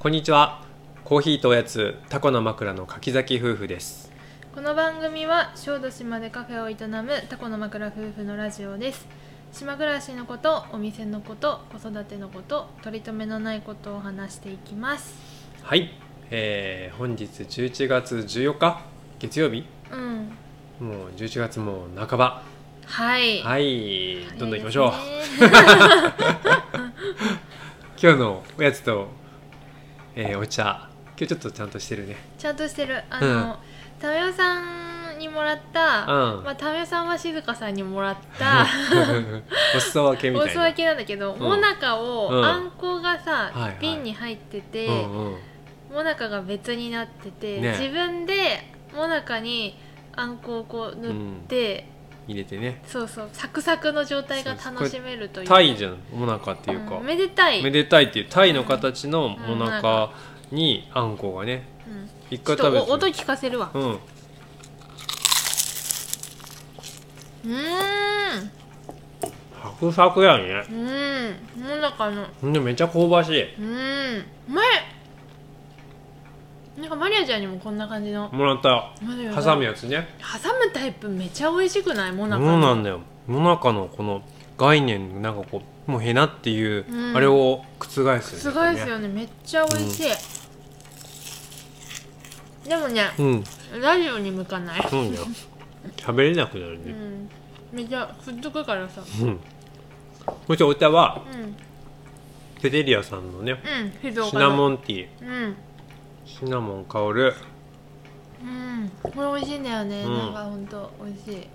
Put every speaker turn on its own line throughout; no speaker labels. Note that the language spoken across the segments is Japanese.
こんにちはコーヒーとおやつタコの枕の柿崎夫婦です
この番組は小豆島でカフェを営むタコの枕夫婦のラジオです島暮らしのことお店のこと子育てのこと取り留めのないことを話していきます
はい、えー、本日11月14日月曜日
うん
もう11月もう半ば
はい、
はい
早い
どんどん行きましょう、
です ね
今日のおやつと、えー、お茶今日ちょっとちゃんとしてるね
ちゃんとしてるあのタメオさんにもらった、
うん
まあ、タメオさんは静香さんにもらった
お裾分けみ
お
たい
裾
な
分けなんだけど、
ん
もなかを、
うん
あんこがさ、
はいはい
瓶に入ってて、
うんうん、
もなかが別になってて、
ね
自分でもなかにあんこをこう塗って、
入れてね
そうそうサクサクの状態が楽しめるという
タイじゃんもなかっていうか、
うんめでたい
めでたいっていうタイの形のもなかにあんこがね
うん
一
ち
回
ょっと
食べて
お音聞かせるわ
うん
うーん
サクサクやね
うーんもなかの
ほんでめちゃ香ばしいう
ーんうまいなんかマリアちゃんにもこんな感じの
もらった
まだやばい
挟むやつね
挟むタイプめちゃ美味しくないも
そ
な
う
か
なんだよもなかのこの概念なんかこうもうへなっていう、
うん
あれを覆すよね
すごいですよねめっちゃ美味しい、でもね
うん
ラジオに向かない
そうだよ喋れなくなる
う
ね
んめちゃくっつくからさ
うん、そしてお茶は
うんうん
テテリアさんのね
静岡の
シナモンティー
うん
シナモン香る
うんこれ美味しいんだよね、
うん
なんかほんと美味しい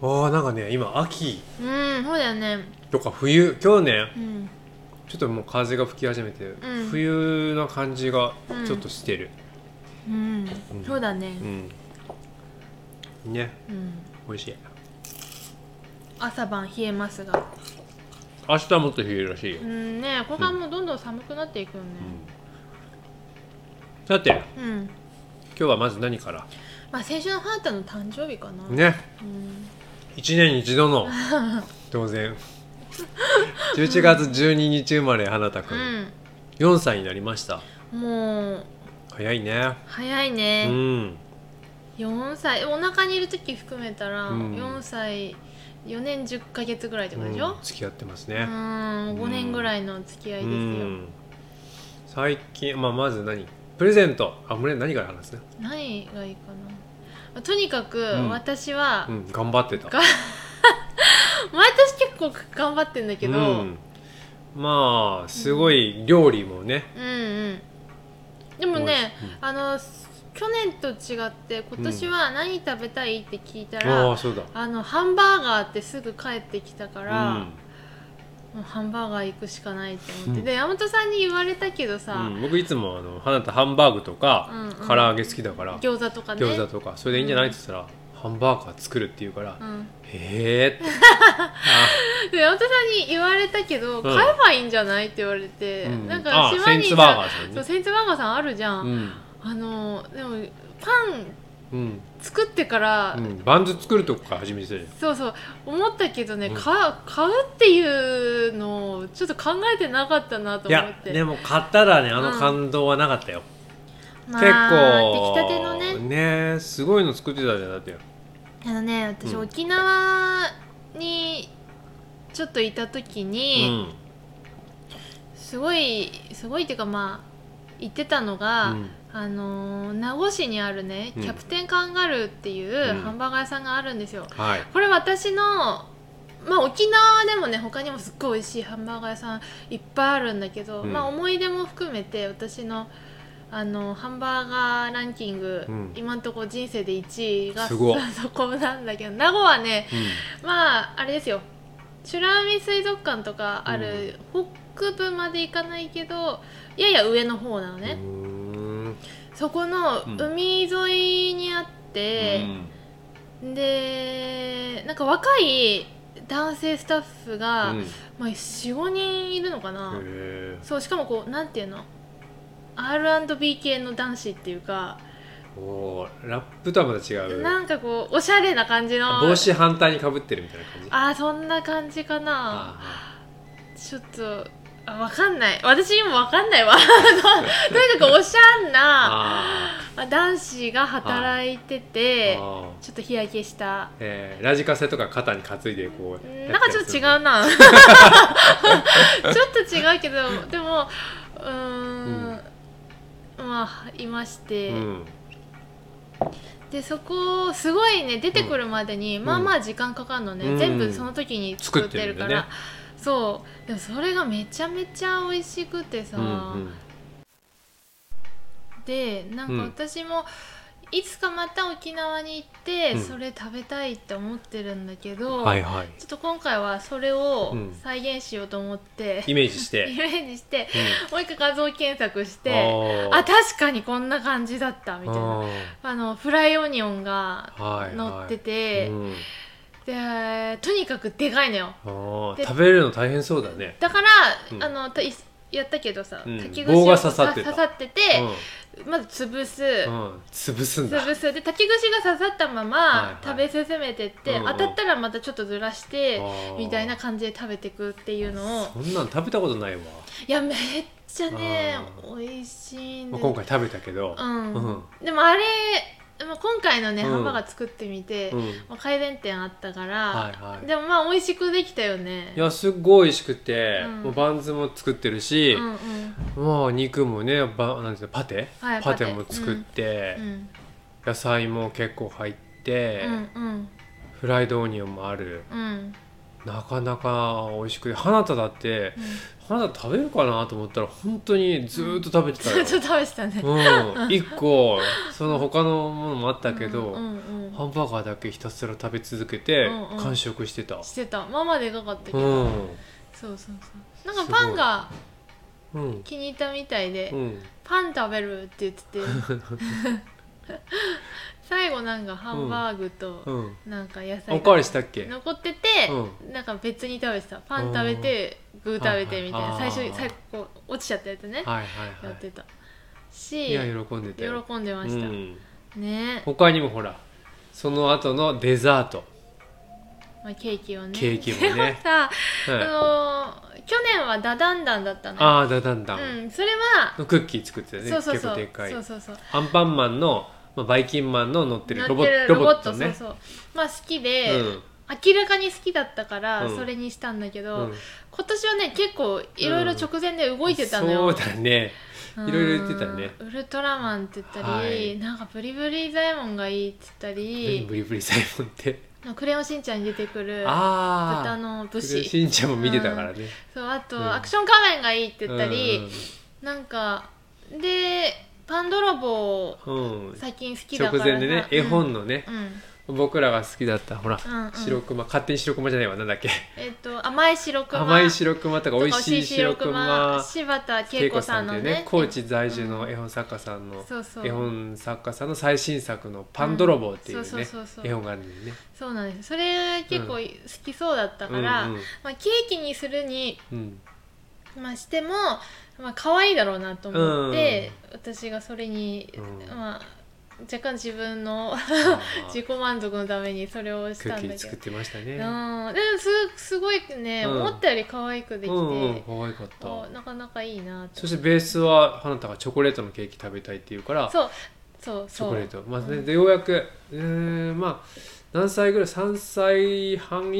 ああなんかね今秋
うんそうだよね
とか冬今日ね
うん
ちょっともう風が吹き始めて、
ん
冬な感じがちょっとしてる、
うん、そうだね
うんね
うん
美味しい
朝晩冷えますが
明日もっと冷えるらしいよ、
う、んねこれからもうどんどん寒くなっていくよね
だって
うん、
今日はまず何から
まあ先週のハータの誕生日かな、
ね
うん、
一年に一度 の当然11月12日生まれ花田くん、4歳になりました
うん、もう
早いね
早いうね、
ん
4歳お腹にいる時含めたら
うん
4歳4年10ヶ月ぐらいってことでしょ
うん付き合ってます
う
ね、
ん5年ぐらいの付き合いです
う
よ、
ん最近、まあ、まず何プレゼントあ俺何から話すね、
何がいいかなとにかく
ん
私は、
うん、頑張ってた
が毎年結構頑張ってんだけど、う、
うんんまあすごい料理もね、
うんでもね、あの去年と違って今年は何食べたいって聞いたら、
ああそうだ
あのハンバーガーってすぐ帰ってきたから、
うん
もうハンバーガー行くしかないって思って、
うん
で山本さんに言われたけどさ
う、ん、僕いつもあの花とハンバーグとか、
うんうん
唐揚げ好きだから
餃子とかね
餃子とかそれでいいんじゃないって言ったら、ハンバーガー作るって言うから、
うん、
へえ って
で山本さんに言われたけど、
ん
買えばいいんじゃないって言われて、
うん
なんか
あ
島
セン
にさ
ツバーガーさんね
そうセンツバーガーさんあるじゃ
あ
ん、
うん、
あのでもパン
うん
作ってから、
うん、バンズ作るとこから始めてたじ
そうそう思ったけどね、
うん
買う買うっていうのをちょっと考えてなかったなと
ゃ
思
ん
っ
い
て
やでも買ったらねあの
うん
感動はなかったよ、
ま
結
あ、
構
出来たてのね
ねすごいの作ってたじゃんだって
あのね私、
うん
沖縄にちょっといた時に、すごいすごいっていうかまあ行ってたのが、
うん
あのー名護市にあるね
うん
キャプテンカンガルーっていう
うん
ハンバーガー屋さんがあるんですよ、
はい
これ私のまあ沖縄でもね他にもすっごい美味しいハンバーガー屋さんいっぱいあるんだけど、
うん
まあ思い出も含めて私のあのハンバーガーランキング、
うん
今んとこ人生で1位が
すごい
そこなんだけど名護はね
うん
まああれですよ美ら海水族館とかある、北部まで行かないけどやや上の方なのね、
う
そこの
うん
海沿いにあって
ー、ん
でなんか若い男性スタッフが、
うんへ
まあ、45人いるのかな、
え
そうしかもこうなんていうの R&B 系の男子っていうか、
おーラップとはまた違う
なんかこうおしゃれな感じの
帽子反対にかぶってるみたいな感じ
あーそんな感じかな
あ
ちょっとあわかんない私今わかんないわ あのとにかくおしゃんな
あー
まあ男子が働いてて
あー
ちょっと日焼けした
えーラジカセとか肩に担いでこうや
なんかちょっと違 うなちょっと違うけどでもうーん、まあいまして、
うん
でそこすごいね出てくるまでに、
ん
まあまあ時間かかるのね、
うん
全部その時に作ってる
作
から
ってるんだよね
そうでもそれがめちゃめちゃ美味しくてさ、
うん
でなん
うん
か私も、いつかまた沖縄に行って、
うん
それ食べたいって思ってるんだけ
う
ど、
んはいはい
ちょっと今回はそれを
うん
再現しようと思って、
イメージし
イ
て、
メージして
うん
もう一回画像検索して
あ
あ
ー
確かにこんな感じだったみたいな
あ
あのフライオニオンが
ーはいはい
乗ってて、
うん
でとにかくでかいのよ
あー
で
食べるの大変そうだね、
だから、
うん
あのたいやったけどさ、
うん
竹串
棒が
を
刺さってた
刺さってて
うん
まず潰す、
うん、潰すんだ
潰すで竹串が刺さったま
はい
ま食べ進めてって、
うんうん
当たったらまたちょっとずらして、みたいな
あ
感じで食べてくっていうのを
ーそんなん食べたことないわ、
いやめっちゃね
あ
美味しいん
ま
で
あ、今回食べたけど、
うん、
うん
でもあれまあ今回のね、
うん
ハンバーガー作ってみて、
うん
まあ、改善点あったから、
はいはい
でもまあ美味しくできたよね
いやすっごい美味しくて、
うん
もうバンズも作ってるし
うん、うん
まあ肉もねばなんていうのパテ、
はい
パテ
パテ
も作って、
うん
野菜も結構入って、
うんうん
フライドオニオンもある
うん
なかなか美味しくて花田だって花田食べるかなと思ったら本当にずーっと食べてた
ちょ
よ
っと、食べてたね
うん、一個その他のものもあったけど、
うんうんう
ハンバーガーだけひたすら食べ続けて
うんうん
完食してた
ん、してたママでかかったけ
う
ど、
ん
そうそうそうなんかパンが
うん
気に入ったみたいで、
うん
パン食べるって言 ってて最後なんかハンバーグ
う
と
ん
なんか野菜が
おかわりしたっけ
残ってて、
う
なんか別に食べてたパン食べて具食べてみたいな、
はいはい
最初
あー
最後こう落ちちゃったやつね、
はいはい
や
は
ってたし
いいや喜んでたよ
喜んでました、
うん、
ね、
他にもほらその後のデザート、
まあ、ケーキをね
ケーキもね
で
は
さ、
い
あのー去年はダダンダンだったのよ
ああだだんだん、
うんそれは、
のクッキー作ってたよね
そうそう
結
そ
構
う
でっかい
そうそうそう
アンパンマンの、まあ、バイキンマンの乗ってるロボ
乗ってる
ロボット
ロボッ
ね
トそうそうまあ好きで、
うん
明らかに好きだったから、
うん
それにしたんだけど、
うん
今年はね結構いろいろ直前で動いてたのよ、
そうだねいろいろ言ってたね
うんウルトラマンって言ったり、
はい
なんかブリブリザイモンがいいって言った
ブリ
り
ブリブリサイモンって
クレヨンしんちゃんに出てくる
ああ
豚の武士
しんちゃんも見てたからね、
そうあと、
うん
アクション仮面がいいって言ったり、
う
なんかでパン泥棒
んうんうん
最近好きだ
直
からさ
前でね絵本のね
う、ん、うん
僕らが好きだったほら、
うんうん
白熊勝手に白熊じゃないわなんだっけ
えっ、と甘い白熊
甘い白熊とか美味しい白
とか美
熊
味しい白熊柴田
恵
恵
子
子
さ
さ
ん
ん
っ
の
てい
ね
うね高知在住の絵本作家さんの
そうそう
絵本作家さんの最新作の「パン泥棒」っていう
そう
ね
そうそうそう
絵本があるんでね
そうなんですそれ結構好きそうだったから、
うんうん
まあ、ケーキにするに、
うん
まあ、しても、まあ可愛いだろうなと思って、私がそれに、
うん
まあ、若干自分の 自己満足のためにそれをし
ク
た
ッキ
んだ
ー
け
作っ
ど。
てましたね
うん、でもすすごいね、
うん
思ったより可愛くできて、
うんうん可愛かった
あなかなかいいなと
そしてベースは花田がチョコレートのケーキ食べたいっていうから
そうそう
チ
そ
ョ
う
コレートまあねでようやくうーんまあ何歳ぐらい3歳半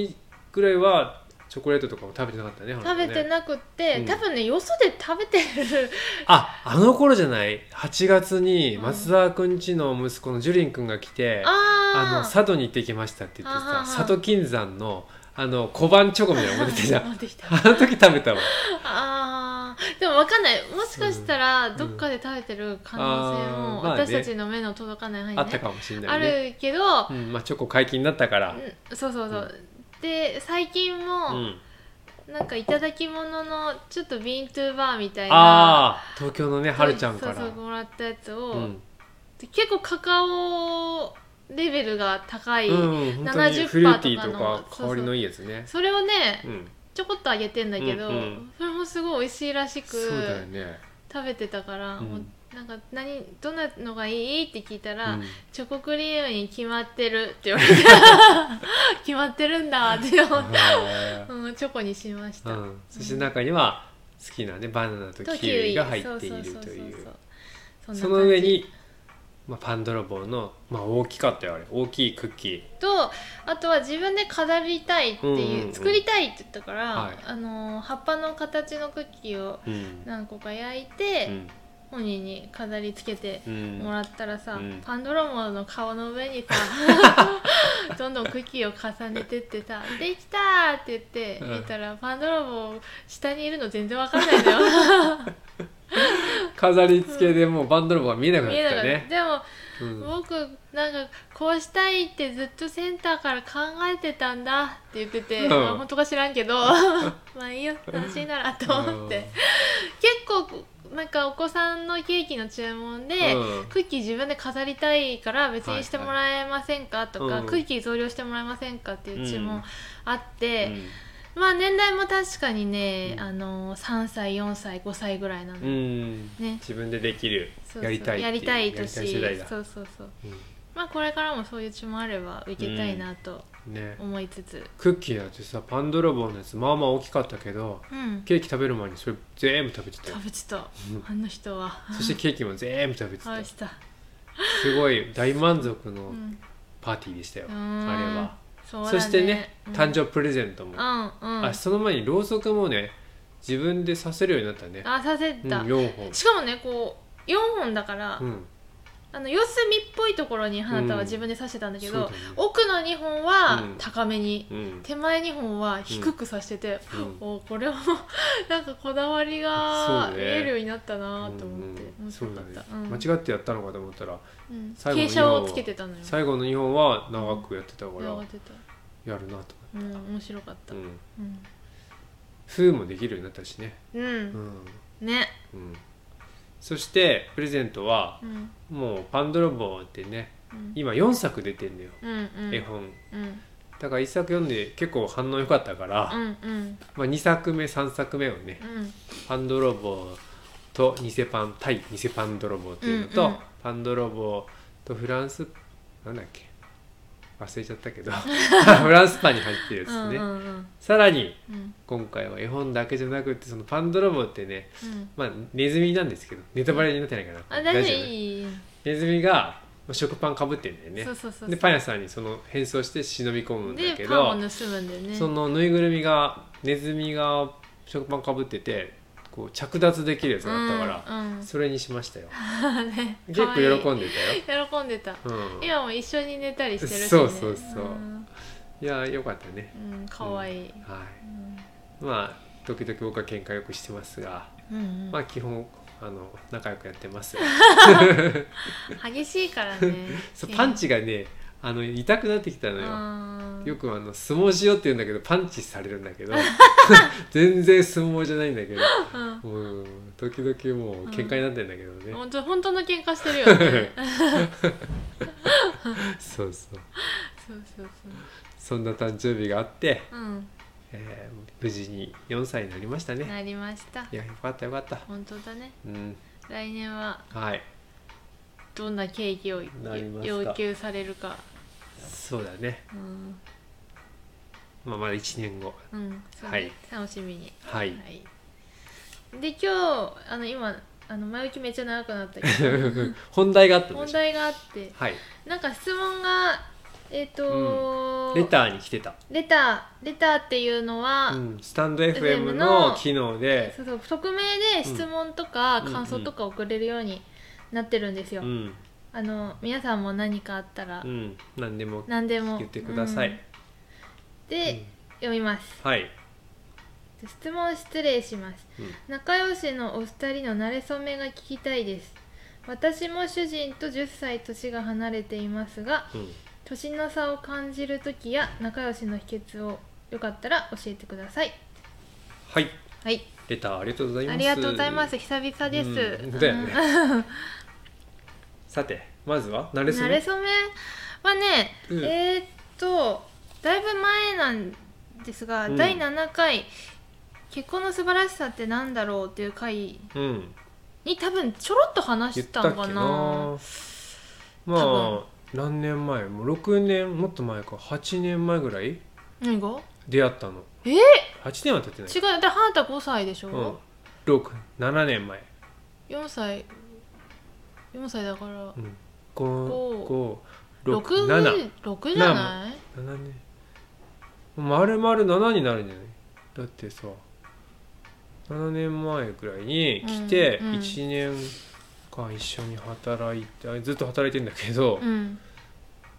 ぐらいはチョコレートとかも食べてなかったね
食べて
い
なくって、
うん
多分ねよそで食べてる
ああの頃じゃない8月に松沢くんちの息子のジュリンくんが来て、あの
あー
佐渡に行ってきましたって言って
はは
さ
は
佐渡金山のあの小判チョコみたいなの持ってたじ ゃん
持ってきた
あの時食べたわ
あーでも分かんないもしかしたらどっかで食べてる可能性も、
うんあーまあね
私たちの目の届かない範囲、ね
あったかもしれな
あ
いね
るけど、
うんまあ、チョコ解禁になったから
うんそうそうそう、で最近
う
も、
ん
なんか頂き物のちょっとビーントゥーバーみたいな
ああ東京のねはるちゃんから
そうそうもらったやつを、
うん
で結構カカオレベルが高い、
うん、本当に
70%
フルーティーと
とか
か
の
香りのいいやつね
それをね
うん
ちょこっとあげてんだけど、
うんうん
それもすごい美味しいらしく
そうだよね
食べてたから、
うん
もうなんか何どんなのがいいって聞いたら、
うん
チョコクリームに決まってるって言 われて決まってるんだって思って、
へー
うん、チョコにしました、
うんそして中には好きなねバナナと
と
キウイが入ってい
そう
る
そ
と
うそう
い
そ
う
うそんな
そ
感じ
の上に、まあ、パン泥棒の、まあ、大きかったよあれ大きいクッキー
とあとは自分で飾りたいっていう、
うんうんうん
作りたいって言ったから、
はい
あの葉っぱの形のクッキーを
うん
何個か焼いて、
うん
本人に飾りつけて
うん
もらったらさ、
うん
パンドラモの顔の 上にさどんどんクッキーを重ねてってさ「できた!」って言って
うん
見たら、パンドラモ下にいるの全然わかんないのよ
飾り付けでもうパン泥棒が見えなくなっ
見えな
た
かった
よね、
でも
うん
僕なんかこうしたいってずっとセンターから考えてたんだって言ってて、
うん
まあ本当か知らん けどまあいいよ楽しいならと思って、結構なんかお子さんのケーキの注文で、
うん
クッキー自分で飾りたいから別にしてもらえませんかとか、
はいはいうん
クッキー増量してもらえませんかっていう注
う
文
ん
あっ
う
て、
ん
まあ年代も確かにね、
うん
あの3歳4歳5歳ぐらいなの、
うんうん
ね
自分でできる
そうそう
やりたいってう
やりた
やり
い
たい
年
世代だ
そうそうそう
う
まあこれからもそういう血もあれば受けたいなと
んね
思いつつ、
クッキーだってさパン泥棒のやつまあまあ大きかったけど
うん
ケーキ食べる前にそれ全部食べてたよ
食べてた
うん
あの人は
そしてケーキも全部食べて
食
た
べてた
すごい大満足
う
の
ん
パーティーでしたよ、
うーん
あれは
そ
そ,、
うだ
してね、
うん
誕生日プレゼントも、
うんうん
あその前にろうそくもね自分でさせるようになったね
あさせてた、
うん、4本
しかもねこう4本だから、
うん
あの四隅っぽいところに花束は自分で刺してたんだけど、
うんそうだね
奥の2本は
うん
高めに、
うん
手前2本は低く刺してて、
うん
おこれも なんかこだわりが
そう
見
ね
えるようになったなと思って、
うんうん
面
そ
白
う
か
だ
っ
ね
た、うん
間違ってやったのかと思ったら
うん
最後の
傾斜をつけてたのよ
最後の2本は長くやってたから
上がってた
やるなと思っ
うん面白かっ
た、
たう
うんん、風もできるようになったしね
うん、
うん、
ね、
うん、そしてプレゼントは
うん
もう「パンドロボ」ってね
うん、
今4作出てんのよ、
うんうん
絵本
うん
だから1作読んで結構反応良かったから、
うんうん
まあ、2作目3作目をね
うん
「パン泥棒」と「偽パン」対「偽パン泥棒」っていうのと「
うんうん
パン泥棒」とフランスなんだっけ忘れちゃった けどフランスパンに入ってるやつね、
うんうんうん
さらに
うん
今回は絵本だけじゃなくてそのパン泥棒ってね
うん
まあネズミなんですけどネタバレになってないかな、
あ大丈夫
夫
いい
ネズミがまあ食パンかぶってんだよね
そうそうそうそう
でパン屋さんにその変装して忍び込むんだけ
で
ど
パンを盗むんだよね
そのぬいぐるみがネズミが食パンかぶっててこう着脱できるやつがあったから、
うんうん、
それにしましたよ
ね
結構
可
喜ん
愛い
でたよ、
喜んでた
うん、い
今も一緒に寝たりしてるし、ね、
そうそうそう
うん
やよかったね、
うん、かわいい、
は
うん
いまあ時々僕は喧嘩よくしてますが、
うんうん
まあ基本あの仲良くやって ます
激しいからね
そうパンチがねあの痛くなってきたのよ
の
よくあの相撲しようって言うんだけどパンチされるんだけ ど 全然相撲じゃないんだけど
うん
うん時々もう喧嘩になってんだけどね、
本当本当の喧嘩してるよ ね
そうそう
そうそう
そんな誕生日があって、
そううん
えー無事に4歳になりましたね
なりました
いやよかったよかった
本当だね
うん
来年は
はい
どんなケーキを
なりました
要求されるか
そうだね、
うん、
まあ、まだ1年後
うんそう
は
ね
い
楽しみに
はい
はい、で今日あの今あの前置きめっちゃ長くなったけ
本題があった
ど
んでしょ
問題があって
はい
なんか質問がえっ、と、
レターに来てた、
レターレターっていうのは、
うん、スタンド
FM
FM
の
の機能で
そうそう匿名で質問とか
うん
感想とか送れるようになってるんですよ、
うん
あの皆さんも何かあったら、
うん何でも
何でも
言ってください、
うん
う
で、
ん
読みます
はい、
質問失礼します
うん
仲良しのお二人の馴れ初めが聞きたいです私も主人と10歳年が離れていますが
うん
年の差を感じる時や仲良しの秘訣をよかったら教えてください
はい
はい
レターありがとうございます
ありがとうございます久々です、
うんだよね
うん
さてまずは慣れそ
馴
め
れ初めはね、
うん
えーっとだいぶ前なんです
う
が、
ん
第7回結婚の素晴らしさってなんだろうっていう回
うん
に多分ちょろっと話
言っ
した
たっ
ん
け
か
な
な
ま
多
あ何年前もう6年もっと前か8年前ぐらい
何が
出会ったの
えー
8年は経ってない
違うだってハータ5歳でしょ、
うん六7年前、
4歳4歳だから
うん、5五六
6
七
六じゃない
7年丸々7になるんじゃないだってさ7年前くらいに来て
うんうん
1年間一緒に働いて、あずっと働いてんだけど、
うん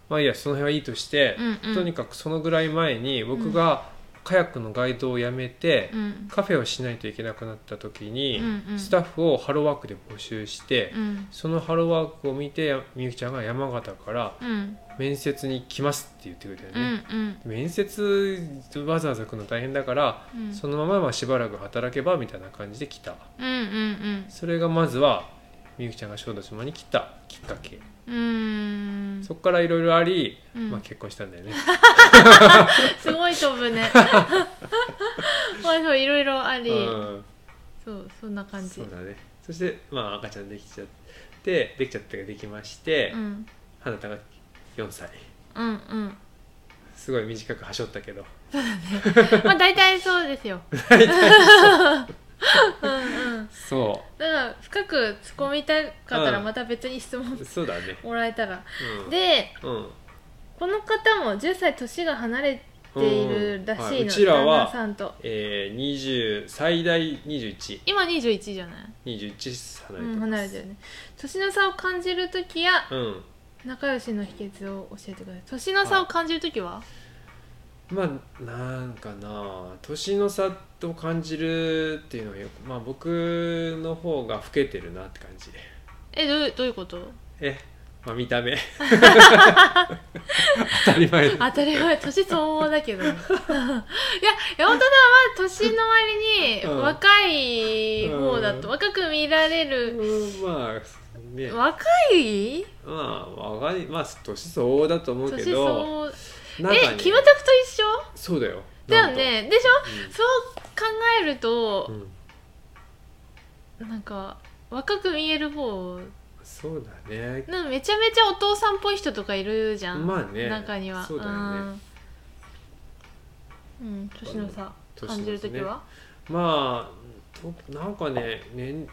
まあいいやその辺はいいとして
う、んうん
とにかくそのぐらい前に僕がカヤックのガイドを辞めて、
うん
カフェをしないといけなくなった時に、
うんうん
スタッフをハローワークで募集して、
うん
そのハローワークを見てみゆきちゃんが山形から
うん
面接に来ますって言ってくれたよ
うんう
ね。
ん
面接わざわざ来るの大変だから、
うん
そのまままあしばらく働けばみたいな感じで来た
うんうん
それがまずはみゆきちゃんが小豆島に来たきっかけ
うんうん
そこからいろいろあり、
うん
まあ、結婚したんだよね
すごい飛ぶねまあそういろいろあり
うん
そうそんな感じ
そうだねそしてまあ赤ちゃんできちゃってできちゃったができまして、
うん
花田が4歳
うんうん
すごい短くはしょったけど
まあ大体そうですようんうん
そ
だから深く突っ込みたかったら
うん
また別に質問
うそうだね
もらえたら、
うん
で
うん
この方も10歳年が離れているらしいの、
うんはいうちらは
旦那さんと
えー、20最大2121
今21じゃない、
離れ
う
て
ん、
ま
離れ
す
てるね年の差を感じる時や
うん
仲良しの秘訣を教えてください年の差を感じる時は、
まあなんかな年の差と感じるっていうのはよくまあ僕の方が老けてるなって感じ
えどうどういうこと
えまあ見 た目当たり前だ
当たり前年相応だけどいや山本さんは年の割に
うん
若い方だと、
うん
若く見られる、
うんまあねま
若い
あ若いまあ年相応だと思うけ
年相
ど
応
中に
えキムタクと一緒
そうだよ
だよ
なん
ねでしょ
と
そう考える
う
と
ん、、うん
なんか若く見える方
そうだね
なんかめちゃめちゃお父さんっぽい人とかいるじゃん、
まあね
中には
そうだよね
うん、うん、年の差
年の差ね
感じる時は、
まあとなんかねね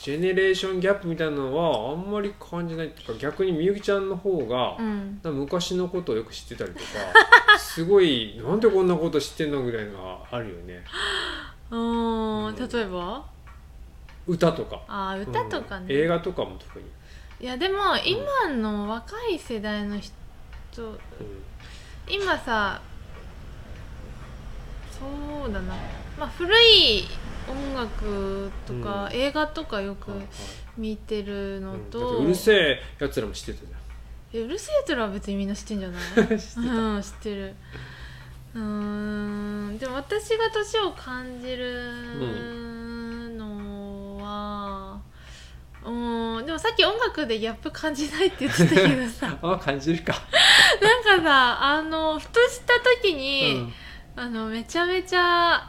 ジェネレーションギャップみたいなのはあんまり感じないっていうか逆にみゆきちゃんの方が、
うん
なんか昔のことをよく知ってたりとか すごいなんでこんなこと知ってんのぐらいのがあるよね
うん
うん
例えば
歌とか
あー歌とかね、
うん映画とかも特に、
いやでも今の若い世代の人
うん
今さそうだなまあ古い音楽とか、
うん
映画とかよく
はいはい
見てるの
うんだっ
と、
てうるせえやつらも知ってたじ
えうるせえとらは別にみんな知ってんじゃない
ゃん 知ってた
うん知ってるうーんでも私が年を感じるのはうんでもさっき音楽でギャップ感じないって言ってたけど さ
あ感じ るか、
なんかさあのふとした時
う
に
ん、
あのめちゃめちゃ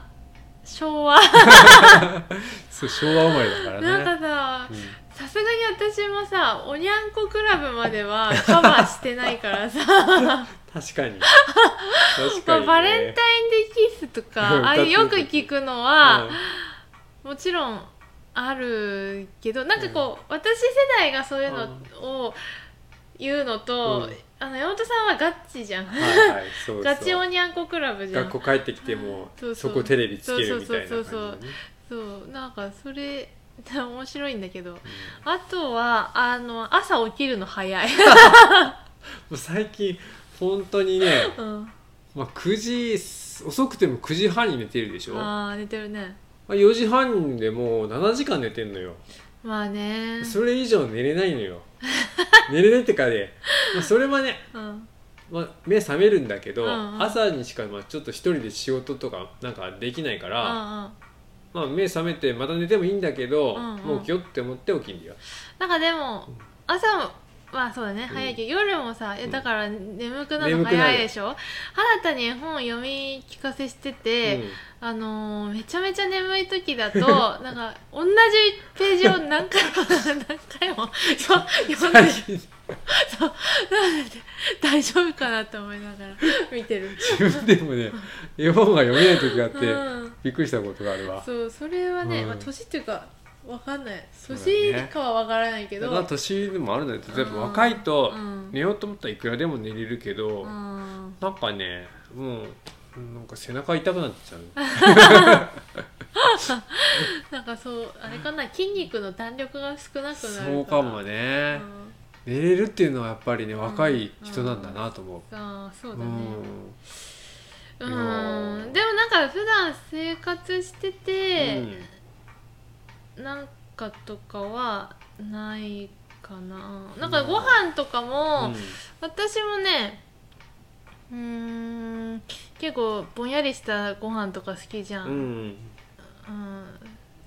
昭和
そう昭和生まれだからね
なんかさ
うん
さすがに私もさおにゃんこクラブまではカバーしてないからさ
確かに確
ま
か
あ、
に、ね、
バレンタインデーキスと
うん
かああいう
歌
よ
って
く
る時
聞くの
う
は
ん、
もちろんあるけどなんかこう、私世代がそういうのを言うのと、
うん
あの山本さんはガッチじゃん
はいはい、そうそう
ガチおにゃんこクラブじゃん
学校帰ってきても
そうそ
そうこテレビつけるみたいな
そ
感
う
じ
そうそう
の
そう
ね
そうなんかそれ面白いんだけど
うん
あとはあの朝起きる の早い、
もう最近本当にね、
うん、
まあ、9時遅くても9時半に寝てるでしょ、ま
ああ寝てるね
あ、4時半でもう7時間寝てんのよ
まあね
それ以上寝れないのよ寝れないってかね、まあ、それはね、
うん
まあ、目覚めるんだけど、
うんうん
朝にしかまあちょっと一人で仕事とかなんかできないから、
うんうん
まあ、目覚めてまた寝てもいいんだけど、
うんうん
もう起きようって思って起きるよ、
なんかでも
うん
朝もまあそうだね
うん
早いけど、夜もさいや
うん
だから眠くなるの
眠くなる
早いでしょ新たに絵本を読み聞かせしてて、
うん
あのーめちゃめちゃ眠い 時だとなん か同じページを何回も何回もそう読んで
最近
大丈夫かなと思いながら見てる
自分でもね絵本が読めない時があって
うん
びっくりしたことがあるわ
そうそれはね、
うん
まあ、年っていうかわかんない
そうだよね
年かはわからないけ
だ
ど、
から年でもあるんだよ例えば
うん
若いと
うん
寝ようと思ったらいくらでも寝れるけど
うん
なんかねもうなんか背中痛くなっ ちゃう
なんかそうあれかな筋肉の弾力が少なくなる
そうかも
う
ね
ん
寝れるっていうのはやっぱりね若い人なんだなと思う
あーそううだね
ん
うん
いやー
でもなんか普段生活してて、なんかとかはないかななんかご飯とかも、私もねうーん結構ぼんやりしたご飯とか好きじゃん、
うんうん
うん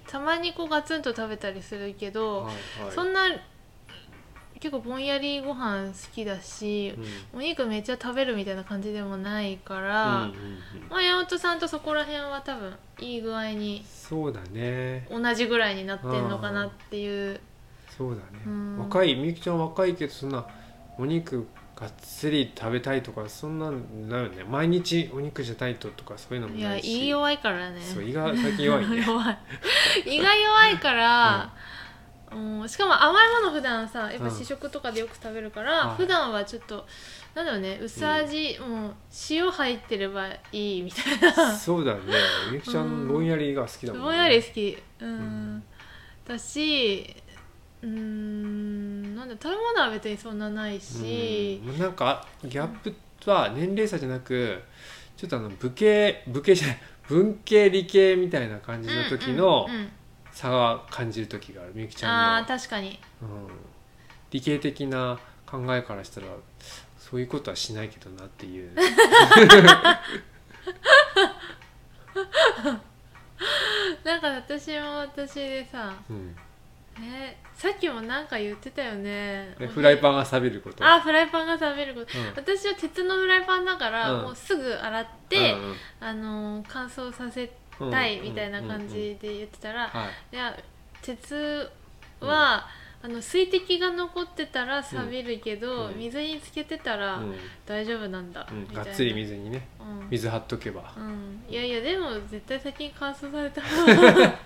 たまにこうガツンと食べたりするけ
は
ど、
いはい
そんな結構ぼんやりご飯好きだし
う、ん
お肉めっちゃ食べるみたいな感じでもないか
う
ら、
んうんうん
まあ、山本さんとそこら辺は多分いい具合に
そうだね
同じぐらいになってんのかなっていう
そうだね、
うん
若いみゆきちゃんは若いけどそんなお肉がっつり食べたいとかそんなんだよね毎日お肉じゃないととかそういうのも
いや
ないし
胃弱いからね
そう胃が最近弱いね
弱い胃が弱いから、うんしかも甘いもの普段さやっぱ試食とかでよく食べるから、
はい
普段はちょっとなんだろうね薄味、もう塩入ってればいいみたいな
そうだねみゆきちゃんぼんやりが好きだもんね
ぼんやり好きうん、
ん
だしうんなんだ食べ物は別にそんなないし、
うんなんかギャップは年齢差じゃなくちょっとあの武系武系じゃない文系理系みたいな感じの時の
うんうんうん
差が感じる時があるみゆきちゃ
あ
ん
ー
の、
確かに
うん、理系的な考えからしたらそういうことはしないけどなって いう
なんか私も私でさ
うん
えさっきもなんか言ってたよね
でフライパンが錆びること
あフライパンが冷めること、
うん
私は鉄のフライパンだから、
うん
もうすぐ洗って、
うんうん
あのー乾燥させ
うん
たいみたいな感じで言ってたら、
はい
いや鉄は、あの水滴が残ってたら錆びるけど、
うん
水につけてたら
うん
大丈夫なんだ、
うん
みたいな
がっつり水にね
うん
水張っとけば
うんいやいやでも絶対先に乾燥された方 が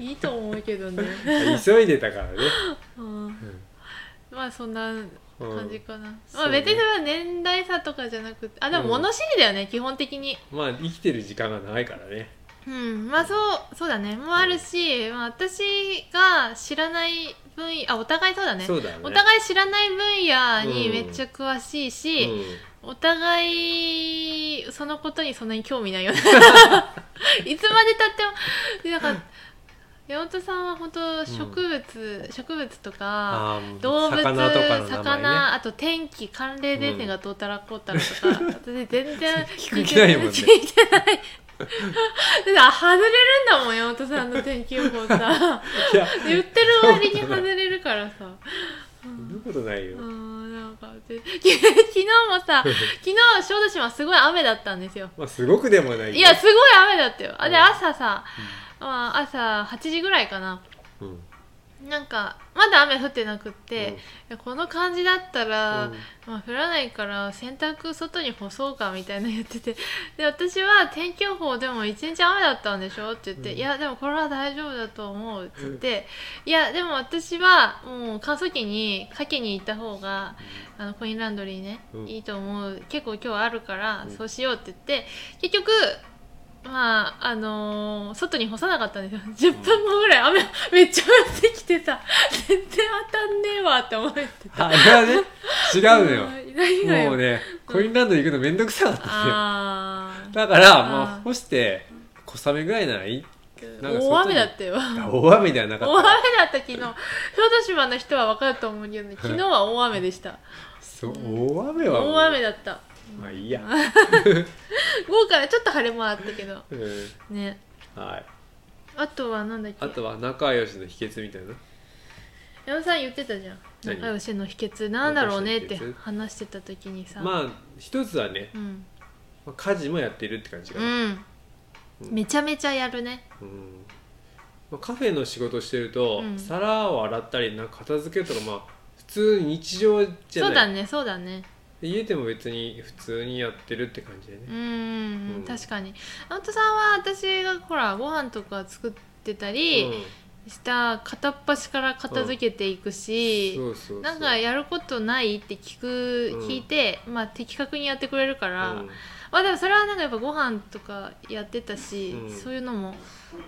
いいと思うけどね、
急いでたからね、
うん、まあそんな
うん
感じかな、ま
そう
あ
ね
別にそれは年代差とかじゃなくてあでも物知りだよね、基本的に
まあ生きてる時間が長いからね
うんまあそうそうだねもうあるし、まあ、私が知らない分野あお互いそうだね
そうだね
お互い知らない分野にめっちゃ詳しいし、
うん
お互いそのことにそんなに興味な いよねいつまでたってもでなんか山本さんは本当植物、植物とか
あー
動物
魚
魚
とかの名前ね
あと天気寒冷前線がどうたらこうたらとか、 私全然
聞く気ないもんね
聞いてないだってあ外れるんだもん山本さんの天気予報さ
いや
言ってる割に外れるからさ
そんなことないよ、
う
うん
んなんかで 昨日も さ昨日小豆島すごい雨だったんですよ
まあすごくでもないよ
いやすごい雨だったよあで
うん
朝さ、まあ、朝8時ぐらいかな
うんうん
なんかまだ雨降ってなくって、いやこの感じだったら、
うん
まあ、降らないから洗濯外に干そうかみたいな言ってて で私は天気予報でも一日雨だったんでしょって言って、
うん
いやでもこれは大丈夫だと思うって言って、いやでも私はもう乾燥機にかけに行った方があのコインランドリーね、
うん
いいと思う結構今日あるから
うん
そうしようって言って結局まああのー外に干さなかったんですよ10分 後ぐらい雨めっちゃ降ってきてさ全然当たんねえわって思って
あれはね違うの よ
うん何がよ
もうねコインランドリー行くのめんどくさかったんだよ
あー
だから
あー
もう干して小雨ぐらいならいいなんか
大雨だった
い
よ
や
大
大雨ではなか
雨だ
った
った昨日小豆島の人は分かると思うけど、ね、昨日は大雨でした
そう大雨はもう
大雨だった
まあいいや、
午後からちょっと晴れもあったけど
うん
ね
はい
あとはなんだっけ
あとは仲良しの秘訣みたいな
山田さん言ってたじゃん
何
仲良しの秘訣なんだろうねっ
仲
て
良しの秘訣
話してた時にさ
まあ一つはね
うん、
まあ家事もやってるって感じかな、
うん、めちゃめちゃやるね
うんまあカフェの仕事してると、
うん
皿を洗ったりなんか片付けとかまあ普通に日常じゃ
そ
ないう
だねそうだね
家でも別に普通にやってるって感じで
う
ね、
ん、う、
うんん
確かに青戸さんは私がほらご飯とか作ってたりした片っ端から片付けていくし、
うん、そうそうそう
なんかやることないって聞く、
うん
聞いて、まあ、的確にやってくれるから、
うん
まあでもそれはなんかやっぱご飯とかやってたし、
うん
そういうのも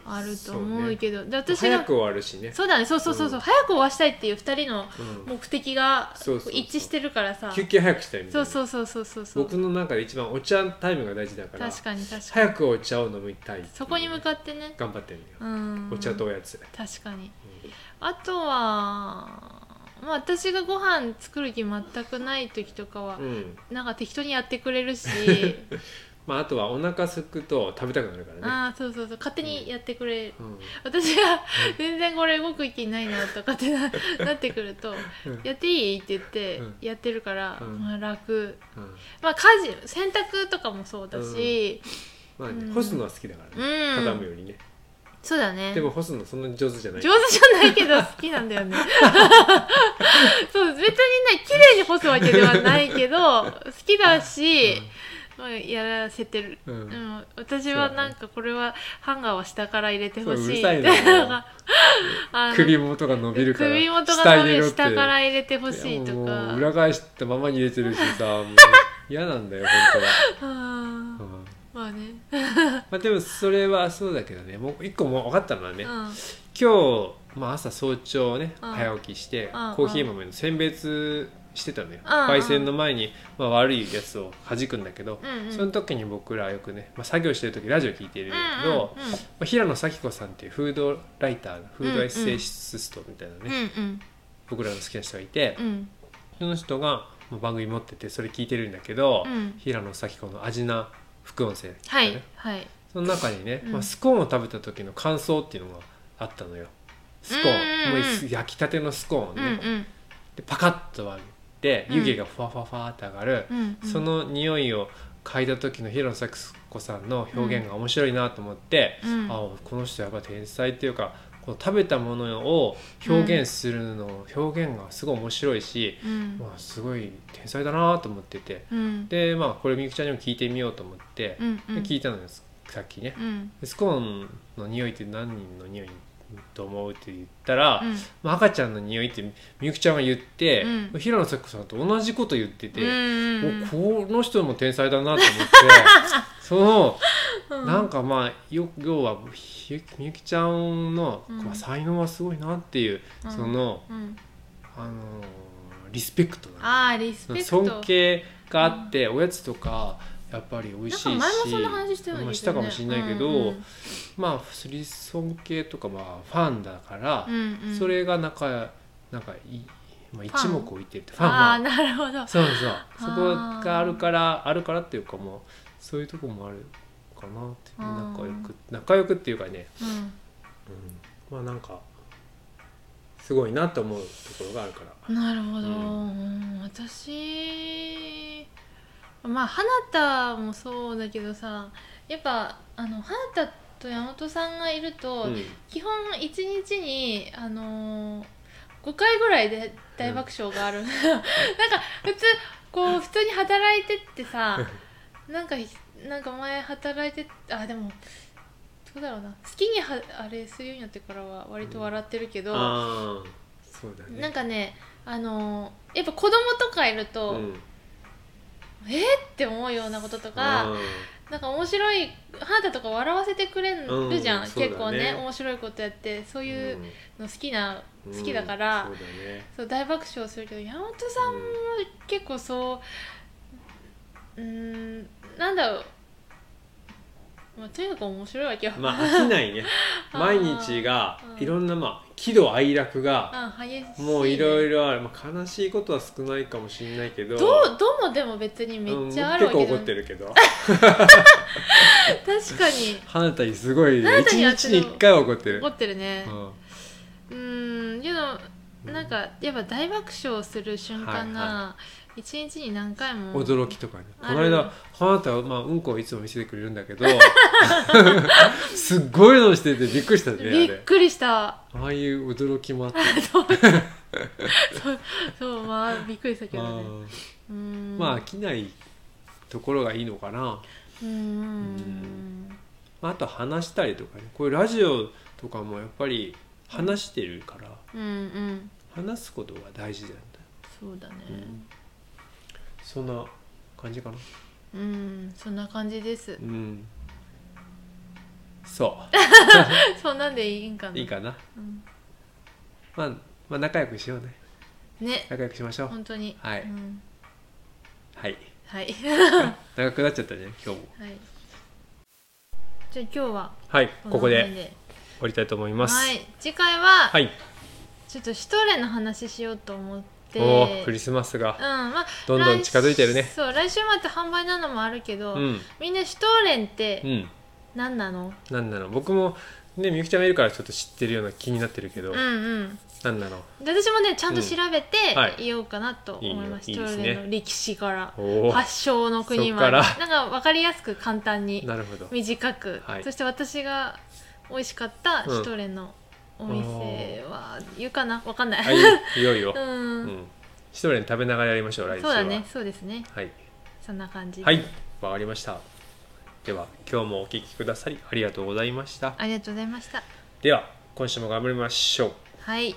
あると思うけどで私
早
が
く終わるしね
そうだねそうそうそうそう、
うん
早く終わしたいっていう2人の
うん
目的が
そうそうそう
一致してるからさ
休憩早くしたいみたい
そ
な
うそうそうそうそう
僕の中で一番お茶タイムが大事だから
確かに確かに
早くお茶を飲みたいっていう
そこに向かってね
頑張ってるんだよ、
うん
お茶とおやつ、
確かにあとは、まあ、私がご飯作る気全くない時とかは
う、んうん
なんか適当にやってく れるし
まあ、あとはお腹すくと食べたくなるからね
ああそうそうそう勝手にやってくれる、
うん
私が全然これ動く気ないなとかってななってくると
うん
「やっていい?」って言って
うん
やってるから、
うん
まあ、楽
うん
まあ家事洗濯とかもそうだし、
まあ
うん
ね、干すのは好きだからね、
うん
畳むよりね
そうだね
でも干すのそんなに上手じゃな
上手
い
じゃないけど好きなんだ よねそう別にね綺麗に干すわけではないけど好きだし、まあ、やらせてる
うんうん
うん、私はなんかこれはハンガーは下から入れてほ
そうう
しい
るさいな
あの
首元が伸びるから
首元
下
が伸
入れ
び
ろ
る
って
下から入れてほ
い
し
や
いと
も
か
う裏返したままに入れてるしさ もう嫌なんだよ
うん
本当は、うん
まあね、
まあ、でもそれはそうだけどねもう一個もう分かったのはね、今
うん、
日、まあ、朝早朝ね、
うん
早起きして、
うん
コーヒー豆の選別してたのよ、
うん
焙煎の前に、まあ、悪いやつを弾くんだけど、
うんうん
その時に僕らよくね、まあ、作業してる時ラジオ聞いてるんだけど、
うんうん
まあ平野咲子さんっていうフードライターフードエッセイストみたいなね、
うん
僕らの好きな人がいて、
うんうん
その人がまあ番組持っててそれ聞いてるんだけど、
うん
平野咲子の味な副音声、ね
はいはい
その中にね、
うん
まあ、スコーンを食べた時の感想っていうのがあったのよスコーン、
うんうんうん
もう焼きたてのスコーン
う
ね、
んうん
でパカッと割って
うん
湯気がふわふわふわって上がる、
うんうん
その匂いを嗅いだ時の平野咲子さんの表現が面白いなと思って、
うん
あこの人やっぱ天才っていうかこの食べたものを表現するの、表現がすごい面白いし、
うん
まあ、すごい天才だなと思ってて
うん
でまあこれみゆきちゃんにも聞いてみようと思って、
うんうん
で聞いたのですさっきね、
うん
でスコーンの匂いって何人の匂いと思うって言ったら、
うん
まあ、赤ちゃんの匂いってみゆきちゃんが言って、
うん
平野咲子さんと同じこと言ってて、
うん
おこの人も天才だなと 思ってその
うん
なんかまあよ要はひみゆきちゃんの、
うん
まあ才能はすごいなっていう、
うん
その、
うん
あのーリスペクトだね
ああリスペクト
尊敬があって、おやつとかやっぱり美味し
ないん
し
か前もそんな話したよ
ま
ね
あしたかもしれないけど、
うん
まあそれ尊敬とかまあファンだから
う、んうん
それがなんかなんかい、まあ、
ファン
一目置いてるってファン
ああ
は
なるほど
そうそうそこがあるからあるからっていうかもうそういうとこもあるかなって
あー
仲良く仲良くっていうかね、
うん
うん、まあなんかすごいなと思うところがあるから。
なるほど、
う
うん私まあ花田もそうだけどさやっぱあの花田と山本さんがいると、
うん
基本一日にあのー5回ぐらいで大爆 笑がある、なんか普通こう普通に働いてって さなんかひなんか前働いてあでもどうだろうな好きにはあれするようになってからは割と笑ってるけど、
あーそうだね
なんかねあのーやっぱ子供とかいると、
うん
えーって思うようなこととか
あ
なんか面白いハートとか笑わせてくれるじゃん、
うん
結
そ
構ね
うだね
面白いことやってそう
ー
いうの好きな、
うん
好きだから、
うんそうだね
そう大爆笑するけど山本さんも結構そううーんなんだろう、まあ、とにかく面白いわけよ、
まあ飽きないね
あー
毎日が
うん
いろんなまあ喜怒哀楽が
あ激しいね、
もういろい
ろ
ろある、まあ、悲しいことは少ないかもしれないけど
どうどうもでも別にめっちゃある
うん
わ
結構
けじ
怒
ゃな
っ
い、
てるけど
確かに
花田にすごい
花
ね
田
一
には
日に一回は怒ってる
怒ってるね
うん
うーんけどなんかやっぱ大爆笑する瞬間が一日に何回も
驚きとかねこ
ある
の間花田は、まあ、うんこをいつも見せてくれるんだけど すっごいのしててびっくりしたねあ
びっ
れ
くりした
ああいう驚きもあって
そうそうまあびっくりしたけどねうーん
まあ飽きないところがいいのかな、
うーん
まあ、あと話したりとかねこういうラジオとかもやっぱり話してるから
うんうん
話すことが大事なんだよ、
そうだね
うんそんな感じかな
うん、そんな感じです
うんそ
そうなんでいいんかな
ういいかな、
うん
まあ、まあ仲良くしようね
ね
仲良くしましょう
本当に
はい
うん
はい
はい
長くなっちゃったね今日も
はいじゃあ今日は
はいここ
の
で
辺で
降りたいと思います
はい次回は
はい、
ちょっとシュトレの話しようと思って
おークリスマスが
うんまあ、
どんどん近づいてるね
来そう来週末販売なのもあるけど、
うん
みんなシュトーレンって
うん
何なの、
なんなの僕もねみゆきちゃんがいるからちょっと知ってるような気になってるけど、
うん、
な
うん
んなの
で私もねちゃんと調べて
うんはい
言おうかなと思います、
いい
シ
よ
ュ
いいです
トー
ね
レンの歴史から
おお
発祥の国ま
そっか
でな
ら
んか分かりやすく簡単に
なるほど
短く、
はい
そして私が美味しかったシュトーレンのお店は、言うかな分かんない、
あいいいよいいよ
う、ん、
うん、一人で食べながらやりましょう来週
そう
は
だねそうですね
はい
そんな感じで
はいわかりましたでは今日もお聞きくださりありがとうございました
ありがとうございました
では今週も頑張りましょう
はい